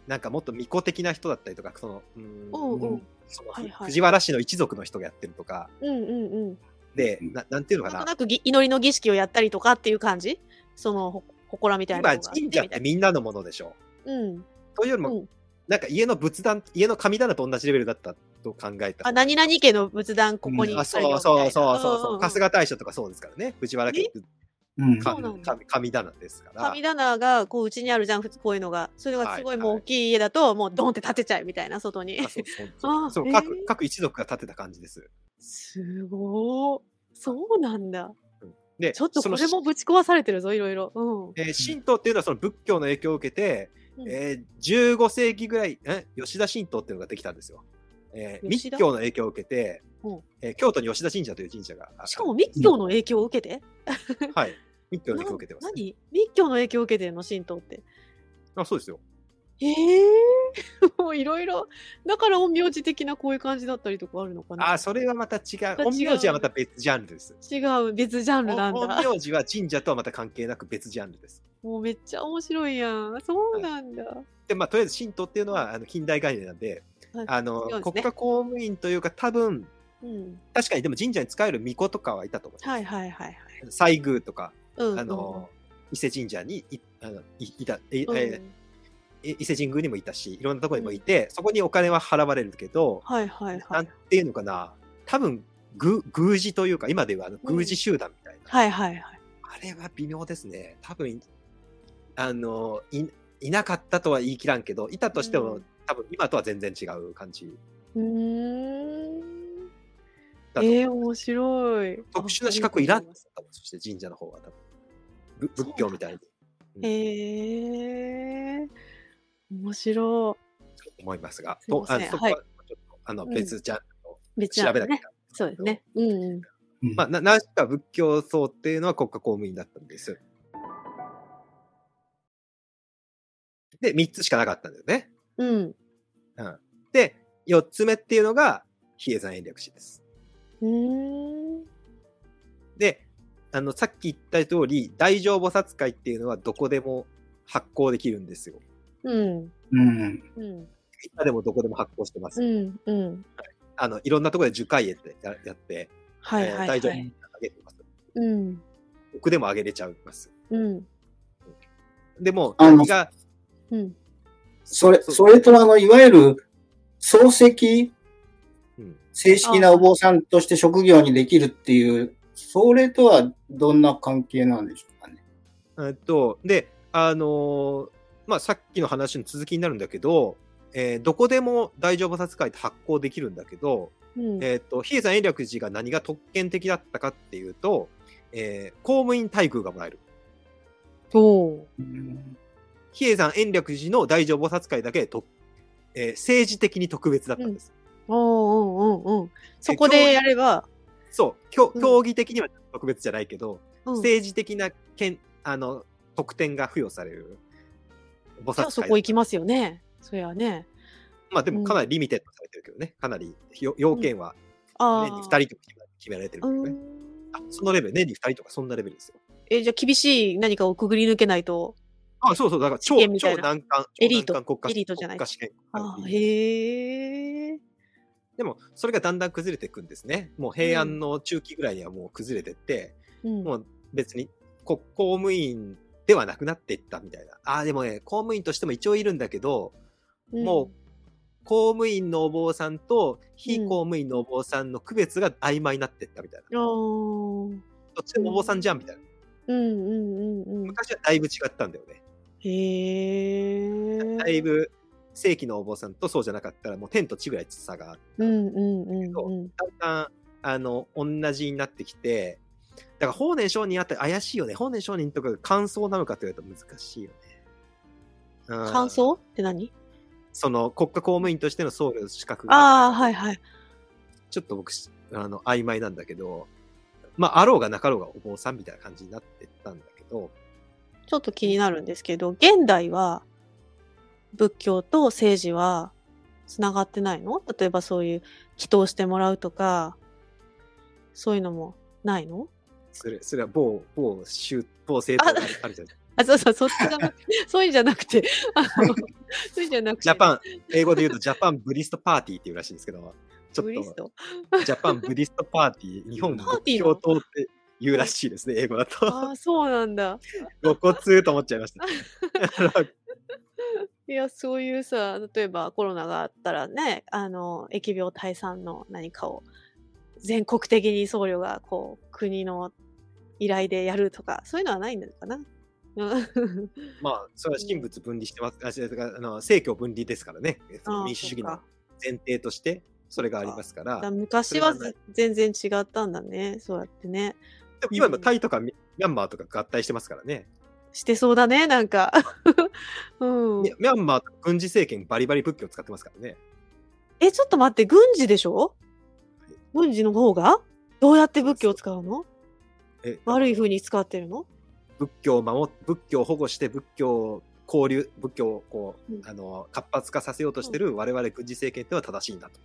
[SPEAKER 1] なんかもっと巫女的な人だったりとか、その、うーん
[SPEAKER 2] うんうん
[SPEAKER 1] その
[SPEAKER 2] はいはい
[SPEAKER 1] 藤原氏の一族の人がやってるとか、
[SPEAKER 2] うんうんうん。
[SPEAKER 1] で、ななんていうの
[SPEAKER 2] な
[SPEAKER 1] か
[SPEAKER 2] んと
[SPEAKER 1] な。
[SPEAKER 2] なくぎ祈りの儀式をやったりとかっていう感じその、ほほこらみたいな
[SPEAKER 1] 今、
[SPEAKER 2] のがあって
[SPEAKER 1] 神
[SPEAKER 2] み
[SPEAKER 1] 社
[SPEAKER 2] た
[SPEAKER 1] っ
[SPEAKER 2] い
[SPEAKER 1] て
[SPEAKER 2] な。
[SPEAKER 1] みんなのものでしょ
[SPEAKER 2] うん。
[SPEAKER 1] う。というよりも、
[SPEAKER 2] うん
[SPEAKER 1] なんか家の仏壇、家の神棚と同じレベルだったと考えた。
[SPEAKER 2] あ、何々家の仏壇、ここにあ
[SPEAKER 3] うん
[SPEAKER 1] あ
[SPEAKER 2] る
[SPEAKER 1] そ
[SPEAKER 2] よ
[SPEAKER 1] う
[SPEAKER 2] みたいな、
[SPEAKER 1] そうそうそうそう、
[SPEAKER 2] んんん
[SPEAKER 1] 春日大社とかそうですからね。藤原家って
[SPEAKER 3] うん
[SPEAKER 2] そう
[SPEAKER 1] 神
[SPEAKER 2] なんだ
[SPEAKER 1] 神神棚ですから
[SPEAKER 2] 神。棚がこううちにあるじゃん普通こういうのがそれがすご
[SPEAKER 1] はいい
[SPEAKER 2] もう大きい家だともうドンって建てちゃうみたいな外に
[SPEAKER 1] あそうそう
[SPEAKER 2] あ
[SPEAKER 1] そう
[SPEAKER 2] へー
[SPEAKER 1] 各各一族が建てた感じです。
[SPEAKER 2] すごーそうなんだ
[SPEAKER 1] で、
[SPEAKER 2] ちょっと
[SPEAKER 1] そ
[SPEAKER 2] こ
[SPEAKER 1] の
[SPEAKER 2] れもぶち壊されてるぞ、いろいろ。うん。
[SPEAKER 1] えー神道っていうのはその仏教の影響を受けて、
[SPEAKER 2] うん
[SPEAKER 1] えー15世紀ぐらい、え吉田神道っていうのができたんですよ。えー密
[SPEAKER 2] 吉田
[SPEAKER 1] 教の影響を受けて
[SPEAKER 2] うん、
[SPEAKER 1] えー京都に吉田神社という神社が。
[SPEAKER 2] しかも密教の影響を受けて、
[SPEAKER 1] はい。密教の
[SPEAKER 2] な
[SPEAKER 1] 影響を受けてます、
[SPEAKER 2] 何密教の影響を受けてるの、神道って。
[SPEAKER 1] あそうですよ。
[SPEAKER 2] へえー、もういろいろ。だから陰陽師的なこういう感じだったりとかあるのかな。
[SPEAKER 1] あそれはまた違
[SPEAKER 2] ま
[SPEAKER 1] う。
[SPEAKER 2] た違う
[SPEAKER 1] 陰陽師はまた別ジャンルです。
[SPEAKER 2] 違う、別ジャンルなん
[SPEAKER 1] 陰
[SPEAKER 2] だ。
[SPEAKER 1] 陽師は神社とはまた関係なく別ジャンルです。
[SPEAKER 2] もうめっちゃ面白いやん。そうなんだ。
[SPEAKER 1] で、まあ、とりあえず神道っていうのはあの近代概念なんで、
[SPEAKER 2] はい
[SPEAKER 1] あの、
[SPEAKER 2] そうですね
[SPEAKER 1] 国家公務員というか多分、
[SPEAKER 2] うん。
[SPEAKER 1] 確かにでも神社に使える巫女とかはいたと思います。
[SPEAKER 2] はいはいはいはい。
[SPEAKER 1] 西宮とか、
[SPEAKER 2] うん。
[SPEAKER 1] あの、伊勢神社にいあのいいた、え
[SPEAKER 2] うん、
[SPEAKER 1] ええ伊勢神宮にもいたし、いろんなところにもいて、そこにお金は払われるけど、
[SPEAKER 2] はいはいは
[SPEAKER 1] なん
[SPEAKER 2] い。
[SPEAKER 1] ていうのかな、多分、ぐ宮司というか、今ではあの宮司集団みたいな、
[SPEAKER 2] はいはいはい。
[SPEAKER 1] あれは微妙ですね。多分、あの、い、いなかったとは言い切らんけど、いたとしても、
[SPEAKER 2] うん
[SPEAKER 1] 多分今とは全然違う感じ
[SPEAKER 2] うーん。
[SPEAKER 1] だと思う
[SPEAKER 2] えー、面白い。
[SPEAKER 1] 特殊な資格いらん
[SPEAKER 2] あ
[SPEAKER 1] 多分そして神社の方は多分、ぶ仏教みたいに。
[SPEAKER 2] へえ。面白
[SPEAKER 1] と思いますが、
[SPEAKER 2] すいません
[SPEAKER 1] とあそこ
[SPEAKER 2] は
[SPEAKER 1] はいちょっと、あの
[SPEAKER 2] うん
[SPEAKER 1] 別ジャンルを
[SPEAKER 2] い。別
[SPEAKER 1] 調べなきゃいけない
[SPEAKER 2] ね。そうですね。うんうん。
[SPEAKER 3] うん
[SPEAKER 1] まあ、な何しか仏教僧っていうのは国家公務員だったんです。で、3つしかなかったんだよね。
[SPEAKER 2] うん。
[SPEAKER 1] で、4つ目っていうのが、比叡山延暦寺です。
[SPEAKER 2] うーん。
[SPEAKER 1] で、あの、さっき言った通り、大乗菩薩会っていうのはどこでも発行できるんですよ。
[SPEAKER 2] うん。
[SPEAKER 3] うん。
[SPEAKER 2] うん。
[SPEAKER 1] 今でもどこでも発行してます。
[SPEAKER 2] うん。うん。
[SPEAKER 1] あの、いろんなところで樹海へってややって、
[SPEAKER 2] は
[SPEAKER 1] え
[SPEAKER 2] い
[SPEAKER 1] ー
[SPEAKER 2] はい
[SPEAKER 1] 大乗
[SPEAKER 2] は
[SPEAKER 1] 菩薩
[SPEAKER 2] い。
[SPEAKER 1] あげてます。
[SPEAKER 2] うん。
[SPEAKER 1] 僕でもあげれちゃいます。
[SPEAKER 2] うん。
[SPEAKER 1] でも、
[SPEAKER 3] あの
[SPEAKER 1] 何が、
[SPEAKER 2] うん。
[SPEAKER 3] それ、それとあの、いわゆる、漱石、
[SPEAKER 1] うん
[SPEAKER 3] 正式なお坊さんとして職業にできるっていう、それとはどんな関係なんでしょうかね。
[SPEAKER 1] えっと、で、あのーまあ、さっきの話の続きになるんだけど、えーどこでも大乗菩薩会って発行できるんだけど、
[SPEAKER 2] うん。
[SPEAKER 1] えっと、比叡山延暦寺が何が特権的だったかっていうと、えー公務員待遇がもらえる。
[SPEAKER 2] おー
[SPEAKER 1] 比叡山延暦寺の大乗菩薩会だけと、えー政治的に特別だったんです。
[SPEAKER 2] おーうんうんうん。そこでやれば、
[SPEAKER 1] そう、きょ
[SPEAKER 2] うん
[SPEAKER 1] 競技的には特別じゃないけど、
[SPEAKER 2] うん、じ
[SPEAKER 1] 政治的な権、あの、特典が付与される。菩薩
[SPEAKER 2] ゃあ
[SPEAKER 1] 会
[SPEAKER 2] そこ行きますよね。そりゃね。
[SPEAKER 1] まあで
[SPEAKER 2] う
[SPEAKER 1] も
[SPEAKER 2] ん
[SPEAKER 1] かなりリミテッドされてるけどね、かなりよ要件は
[SPEAKER 2] あ
[SPEAKER 1] 年に2人
[SPEAKER 2] あ。
[SPEAKER 1] とか決められてるけど
[SPEAKER 2] う
[SPEAKER 1] ね、
[SPEAKER 2] ん
[SPEAKER 1] あそのレベル、年に2人とかそんなレベルですよ。
[SPEAKER 2] え、じゃあ厳しい何かをくぐり抜けないと。
[SPEAKER 1] あそうそう、だから超
[SPEAKER 2] 試験みたい
[SPEAKER 1] 超
[SPEAKER 2] な
[SPEAKER 1] 難関、
[SPEAKER 2] エリート
[SPEAKER 1] 超難関国家
[SPEAKER 2] エリートじゃない
[SPEAKER 1] 国家試験
[SPEAKER 2] あーへえ。
[SPEAKER 1] でも、それがだんだん崩れていくんですね。もう平安の中期ぐらいにはもう崩れてって、
[SPEAKER 2] うん
[SPEAKER 1] もう別に国公務員ではなくなっていったみたいな。ああ、でもね、公務員としても一応いるんだけど、もう公務員のお坊さんと非公務員のお坊さんの区別が曖昧になっていったみたいな。
[SPEAKER 2] うん。あー
[SPEAKER 1] どっちでもお坊さんじゃんみたいな。
[SPEAKER 2] うんうんうんうん。
[SPEAKER 1] 昔はだいぶ違ったんだよね。
[SPEAKER 2] へえ。
[SPEAKER 1] だいぶ正規のお坊さんとそうじゃなかったらもう天と地ぐらい差があって
[SPEAKER 2] うんうんうんうん。
[SPEAKER 1] だんだんあの同じになってきてだから法然上人あたり怪しいよね法然上人とかが感想なのかって言われると難しいよね。うん
[SPEAKER 2] 感想って何
[SPEAKER 1] その国家公務員としての僧侶の資格が
[SPEAKER 2] ああ、はいはい。
[SPEAKER 1] ちょっと僕しあの曖昧なんだけどまああろうがなかろうがお坊さんみたいな感じになってったんだけど
[SPEAKER 2] ちょっと気になるんですけど、現代は仏教と政治はつながってないの例えばそういう祈祷してもらうとか、そういうのもないの
[SPEAKER 1] それそれは某某宗某政党があるあるじゃ ない
[SPEAKER 2] あ、そうそう、そっちじゃ なくそういうんじゃなくて、あの、そういうんじゃなくて、
[SPEAKER 1] ジャパン、英語で言うとジャパンブリストパーティーっていうらしいんですけど、ちょ
[SPEAKER 2] ブリス
[SPEAKER 1] っ
[SPEAKER 2] ト。
[SPEAKER 1] とジャパンブリストパーティ ー、日本
[SPEAKER 2] パーテ
[SPEAKER 1] 仏
[SPEAKER 2] ィーなの
[SPEAKER 1] 教党って言うらしい ですね、英語だと。
[SPEAKER 2] ああ、そうなんだ。
[SPEAKER 1] 露骨と思っちゃいました。
[SPEAKER 2] いや、そういうさ、例えばコロナがあったらね、あの、疫病退散の何かを全国的に僧侶がこう、国の依頼でやるとか、そういうのはないのかな。 うん
[SPEAKER 1] まあ、それは神仏分離してます。あ違うあの政教分離ですからね、その民主主義
[SPEAKER 2] あ
[SPEAKER 1] の
[SPEAKER 2] ー
[SPEAKER 1] 前提として、それがありますか。
[SPEAKER 2] そうから昔は
[SPEAKER 1] それはな
[SPEAKER 2] ぜ全然違ったんだね、そうやってね。
[SPEAKER 1] でも今もタイとかミミャンマーとか合体してますからね。
[SPEAKER 2] してそうだね、なんか。 うん
[SPEAKER 1] ミ、ャンマーとか軍事政権バリバリ仏教使ってますからね。
[SPEAKER 2] え、ちょっと待って、軍事でしょ軍事の方がどうやって仏教を使うの
[SPEAKER 1] え
[SPEAKER 2] 悪い風に使ってるの
[SPEAKER 1] 仏教を守っ仏教を保護して仏教を交流仏教をこう、
[SPEAKER 2] うん
[SPEAKER 1] あの活発化させようとしてる我々軍事政権ってのは正しいんだと、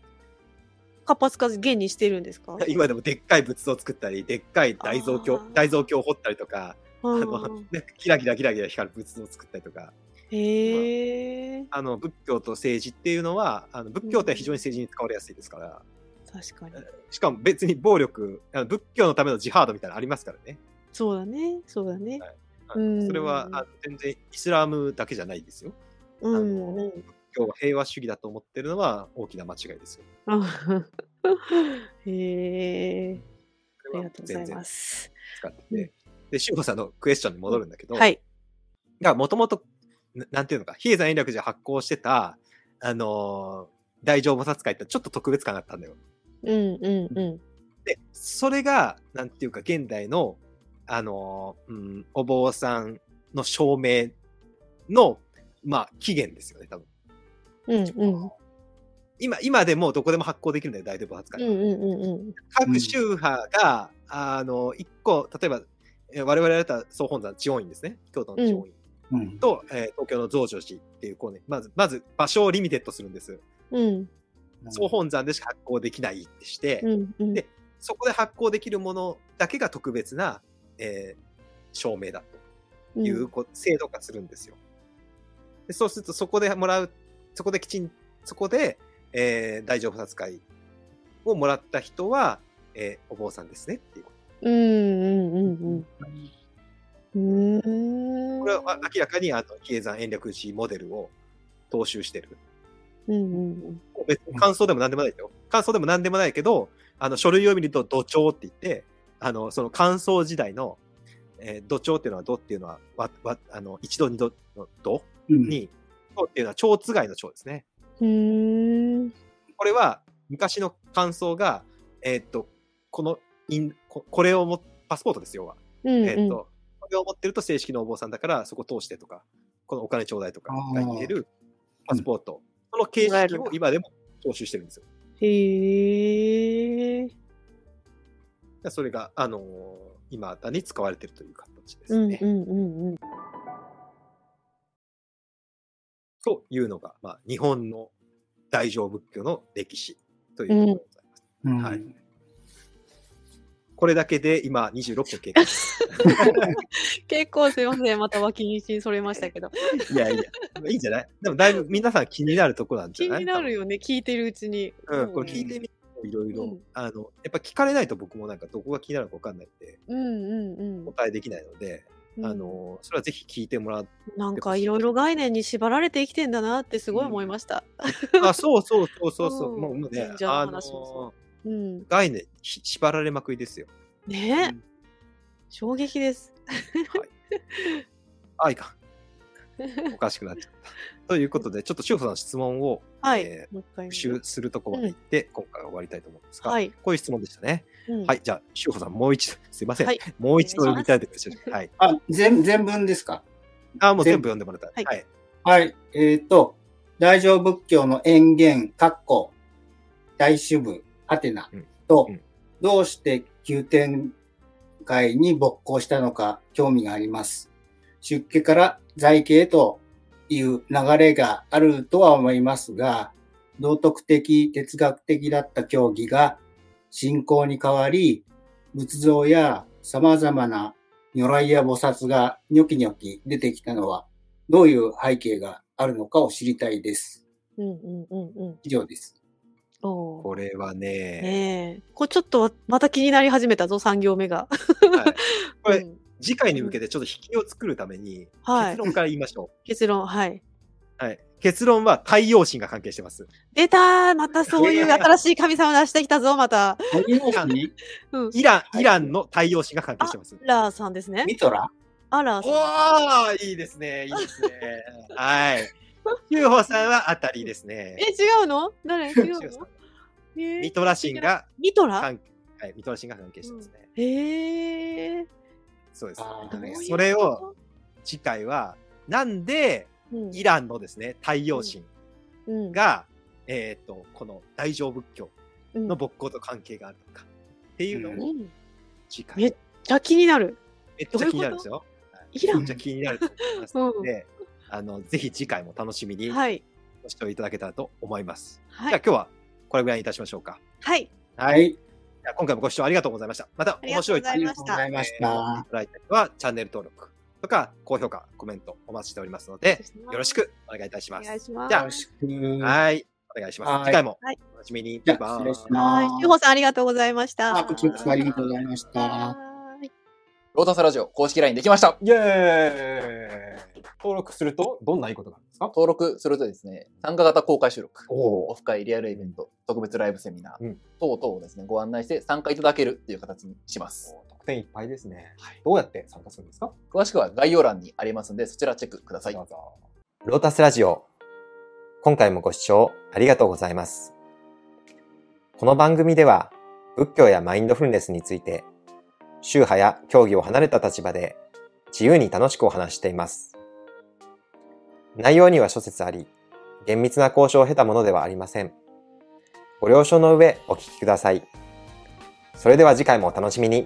[SPEAKER 2] 活発化現にしてるんですか
[SPEAKER 1] 今でもでっかい仏像を作ったりでっかい大蔵
[SPEAKER 2] あ
[SPEAKER 1] 経
[SPEAKER 2] ー
[SPEAKER 1] 大蔵経を掘ったりとかあの
[SPEAKER 2] うん
[SPEAKER 1] なんかキラキラキラキラ光る仏像を作ったりとか
[SPEAKER 2] へえ、
[SPEAKER 1] あの仏教と政治っていうのはあの仏教って非常に政治に使われやすいですから、
[SPEAKER 2] 確かに。
[SPEAKER 1] しかも別に暴力あの仏教のためのジハードみたいなのありますからね、
[SPEAKER 2] そうだね、そうだね。
[SPEAKER 1] あの
[SPEAKER 2] うん
[SPEAKER 1] それはあの全然イスラムだけじゃないですよ
[SPEAKER 2] う
[SPEAKER 1] あ
[SPEAKER 2] ん
[SPEAKER 1] の
[SPEAKER 2] うん。
[SPEAKER 1] 今日は平和主義だと思ってるのは大きな間違いですよ。。
[SPEAKER 2] あへえ、ありがとうございますす。
[SPEAKER 1] 使って。で、しさんのクエスチョンに戻るんだけど、
[SPEAKER 2] はい。
[SPEAKER 1] がもともと、ななんていうのか、比叡山延暦寺が発行してた、あのー大乗菩薩会ってちょっと特別感があったんだよ。
[SPEAKER 2] うんうんうん。
[SPEAKER 1] で、それが、なんていうか、現代の、あのーうん、お坊さんの証明のまあ、期限ですよね、多分。
[SPEAKER 2] うんうん
[SPEAKER 1] 今、今でもどこでも発行できるんだよ、大体分発
[SPEAKER 2] う
[SPEAKER 1] 会
[SPEAKER 2] んうんうんうん
[SPEAKER 1] 各宗派が、あの、一個、例えば、えー我々だったら総本山、地方院ですね。京都の地方院。
[SPEAKER 3] うん。
[SPEAKER 1] と、えー東京の増上寺っていう、こうね、まず、まず場所をリミテッドするんです。
[SPEAKER 2] うん
[SPEAKER 1] 総本山でしか発行できないってして、
[SPEAKER 2] うんうん
[SPEAKER 1] でそこで発行できるものだけが特別な、えー証明だというう、こう制度化するんですよ。でそうすると、そこでもらう、そこできちん、そこで、えー大乗菩薩会をもらった人は、えーお坊さんですねっていうこと。
[SPEAKER 2] んうんうんうんうん
[SPEAKER 1] これは明らかに、あの、比叡山延暦寺モデルを踏襲してる。
[SPEAKER 2] うんうん
[SPEAKER 1] 別に感想でも何でもないですよ。感想でも何でもないけど、あの書類を見ると土調って言って、あのその感想時代の、えー土調っていうのは土っていうのは、わわあの一度二度の土
[SPEAKER 3] うん
[SPEAKER 1] に、土っていうのは蝶つがいの蝶ですね。
[SPEAKER 2] うん
[SPEAKER 1] これは昔の感想が、えーっと、このインこ、これをも、パスポートですよ、要は
[SPEAKER 2] うん
[SPEAKER 1] えーっと、これを持ってると正式のお坊さんだから、そこ通してとか、このお金ちょうだいとかが言えるパスポート、その形式を今でも徴収してるんですよ。
[SPEAKER 2] へえ
[SPEAKER 1] でそれが、あのー今だに使われているという形で
[SPEAKER 2] う
[SPEAKER 1] す
[SPEAKER 2] ん
[SPEAKER 1] ね。
[SPEAKER 2] うんうんうん
[SPEAKER 1] というのが、まあ、日本の大乗仏教の歴史ということでございます。
[SPEAKER 3] うん
[SPEAKER 1] はいこれだけで今26分経過です
[SPEAKER 2] 結構すいませんまた脇道にそれましたけど
[SPEAKER 1] いやいや、いいんじゃないでもだいぶ皆さん気になるとこなんじ
[SPEAKER 2] 気
[SPEAKER 1] ゃない
[SPEAKER 2] になるよね聞いてるうちに
[SPEAKER 1] 多分うん、これ聞いてみるといろいろ、
[SPEAKER 2] うん
[SPEAKER 1] あの、やっぱ聞かれないと僕もなんかどこが気になるかわかんないんで、
[SPEAKER 2] うんうんうん
[SPEAKER 1] 答えできないので、
[SPEAKER 2] うん
[SPEAKER 1] あのーそれはぜひ聞いてもら う。
[SPEAKER 2] なんかいろいろ概念に縛られて生きてんだなってすごい思いました
[SPEAKER 1] あ、そうそうそうそうそう、
[SPEAKER 2] うん
[SPEAKER 1] もうもうね
[SPEAKER 2] 神、社の
[SPEAKER 1] あの
[SPEAKER 2] 話もそ
[SPEAKER 1] ー
[SPEAKER 2] うん
[SPEAKER 1] 概念ひ縛られまくりですよ。
[SPEAKER 2] ねえ、
[SPEAKER 3] うん
[SPEAKER 2] 衝撃です
[SPEAKER 1] あ、い かん。おかしくなっちゃった。ということで、ちょっと志保さんの質問を、
[SPEAKER 2] はい、
[SPEAKER 1] え
[SPEAKER 2] もう一回
[SPEAKER 1] ー
[SPEAKER 2] 見
[SPEAKER 1] 復習するところまで行って、今回は終わりたいと思うんですが、
[SPEAKER 2] はい、
[SPEAKER 1] こういう質問でしたね。
[SPEAKER 2] うん
[SPEAKER 1] はい、じゃあ、志保さん、もう一度、すいません、
[SPEAKER 2] はい
[SPEAKER 1] もう一度読みたいと思います。はい。
[SPEAKER 3] あ、全、全文ですか
[SPEAKER 1] あ、もう全部読んでもらった。
[SPEAKER 2] はい
[SPEAKER 1] はい。
[SPEAKER 3] はい。えっ、と、大乗仏教の演言、括弧、大主部、ハテナ
[SPEAKER 1] うん
[SPEAKER 3] と、
[SPEAKER 1] うん
[SPEAKER 3] どうして宮殿会に没効したのか興味があります。出家から財系へという流れがあるとは思いますが、道徳的、哲学的だった教義が信仰に変わり、仏像や様々な如来や菩薩がニョキニョキ出てきたのはどういう背景があるのかを知りたいです。
[SPEAKER 2] うんうんうんうん
[SPEAKER 3] 以上 です。
[SPEAKER 2] お
[SPEAKER 1] こ
[SPEAKER 2] ー
[SPEAKER 1] れはね、
[SPEAKER 2] ねえこれちょっとまた気になり始めたぞ3行目が
[SPEAKER 1] はい、これ
[SPEAKER 2] うん
[SPEAKER 1] 次回に向けてちょっと引きを作るために、
[SPEAKER 2] はい
[SPEAKER 1] 結論から言いましょ
[SPEAKER 2] 結論はい
[SPEAKER 1] うん。はい。結論は太陽神が関係してます。
[SPEAKER 2] 出たーまたそういう新しい神様出してきたぞまたうん
[SPEAKER 1] イラン、イランの太陽神が関係してます。
[SPEAKER 2] ラーさんですね
[SPEAKER 3] ミトラ
[SPEAKER 2] あラーさん
[SPEAKER 1] おーいいですね、いいですね。 はい。ユーホさんはあたりですね
[SPEAKER 2] え。違うの 誰違う
[SPEAKER 1] 修
[SPEAKER 2] の
[SPEAKER 1] さ、
[SPEAKER 2] え
[SPEAKER 1] ん
[SPEAKER 2] ー
[SPEAKER 1] ミトラ神が
[SPEAKER 2] ミトラ
[SPEAKER 1] 関はい、ミトラ神が関係してますね。
[SPEAKER 2] へえ
[SPEAKER 1] そうです
[SPEAKER 3] あ
[SPEAKER 2] どういう
[SPEAKER 1] ね。
[SPEAKER 2] こと
[SPEAKER 1] それを次回は、なんで
[SPEAKER 2] うん
[SPEAKER 1] イランのですね、太陽神
[SPEAKER 2] うん
[SPEAKER 1] が、えっ、と、この大乗仏教
[SPEAKER 2] うん
[SPEAKER 1] の勃興と関係があるのかっていう
[SPEAKER 2] う
[SPEAKER 1] のを
[SPEAKER 2] ん
[SPEAKER 1] 次回、
[SPEAKER 2] めっちゃ気になる
[SPEAKER 1] めっちゃ気になるんですよ。
[SPEAKER 2] イラ
[SPEAKER 1] めっ
[SPEAKER 2] ン
[SPEAKER 1] ちゃ気になると思いますの で、あの、ぜひ次回も楽しみに
[SPEAKER 2] はい
[SPEAKER 1] ご視聴いただけたらと思います。
[SPEAKER 2] は
[SPEAKER 1] じゃあ
[SPEAKER 2] い
[SPEAKER 1] 今日はこれぐらいにいたしましょうか。
[SPEAKER 2] はい
[SPEAKER 1] は。
[SPEAKER 3] はいい。
[SPEAKER 1] じゃあ今回もご視聴ありがとうございました。また面白い
[SPEAKER 2] あ
[SPEAKER 3] あ
[SPEAKER 2] り
[SPEAKER 3] り
[SPEAKER 2] が
[SPEAKER 3] が
[SPEAKER 2] と
[SPEAKER 3] と
[SPEAKER 2] う
[SPEAKER 3] う
[SPEAKER 2] ござ
[SPEAKER 3] ござ
[SPEAKER 2] い
[SPEAKER 1] え
[SPEAKER 3] い
[SPEAKER 1] ー
[SPEAKER 3] ま
[SPEAKER 1] い
[SPEAKER 3] した。
[SPEAKER 1] ただいた人はチャンネル登録とか高評価、コメントお待ちしておりますので、よろしくお願いいたし
[SPEAKER 2] お
[SPEAKER 1] ます。
[SPEAKER 2] 願いします
[SPEAKER 1] じゃあ
[SPEAKER 3] よろしく。
[SPEAKER 1] はい。お願いしま
[SPEAKER 3] は
[SPEAKER 1] す。次
[SPEAKER 3] い
[SPEAKER 1] 回も
[SPEAKER 2] はい
[SPEAKER 1] お楽しみに。
[SPEAKER 3] じゃあ
[SPEAKER 1] バイバイ
[SPEAKER 3] 失礼します
[SPEAKER 2] はい、志保さんありがとうございました。
[SPEAKER 3] あ、こちらこそありがとうございました。
[SPEAKER 2] はい
[SPEAKER 4] ロータスラジオ公式 LINE できました。
[SPEAKER 1] イエーイ登録するとどんないいことがあるんですか
[SPEAKER 4] 登録するとですね、参加型公開収録、
[SPEAKER 1] お
[SPEAKER 4] オ
[SPEAKER 1] お。
[SPEAKER 4] フ会、リアルイベント、特別ライブセミナ
[SPEAKER 1] う
[SPEAKER 4] ー
[SPEAKER 1] ん
[SPEAKER 4] 等々をですね、ご案内して参加いただけるっていう形にします。
[SPEAKER 1] 得点いっぱいですね。どうやって参加するんですか
[SPEAKER 4] 詳しくは概要欄にありますんで、そちらチェックください。
[SPEAKER 1] ロータスラジオ。今回もご視聴ありがとうございます。この番組では、仏教やマインドフルネスについて、宗派や教義を離れた立場で、自由に楽しくお話ししています。内容には諸説あり、厳密な交渉を経たものではありません。ご了承の上お聞きください。それでは次回もお楽しみに。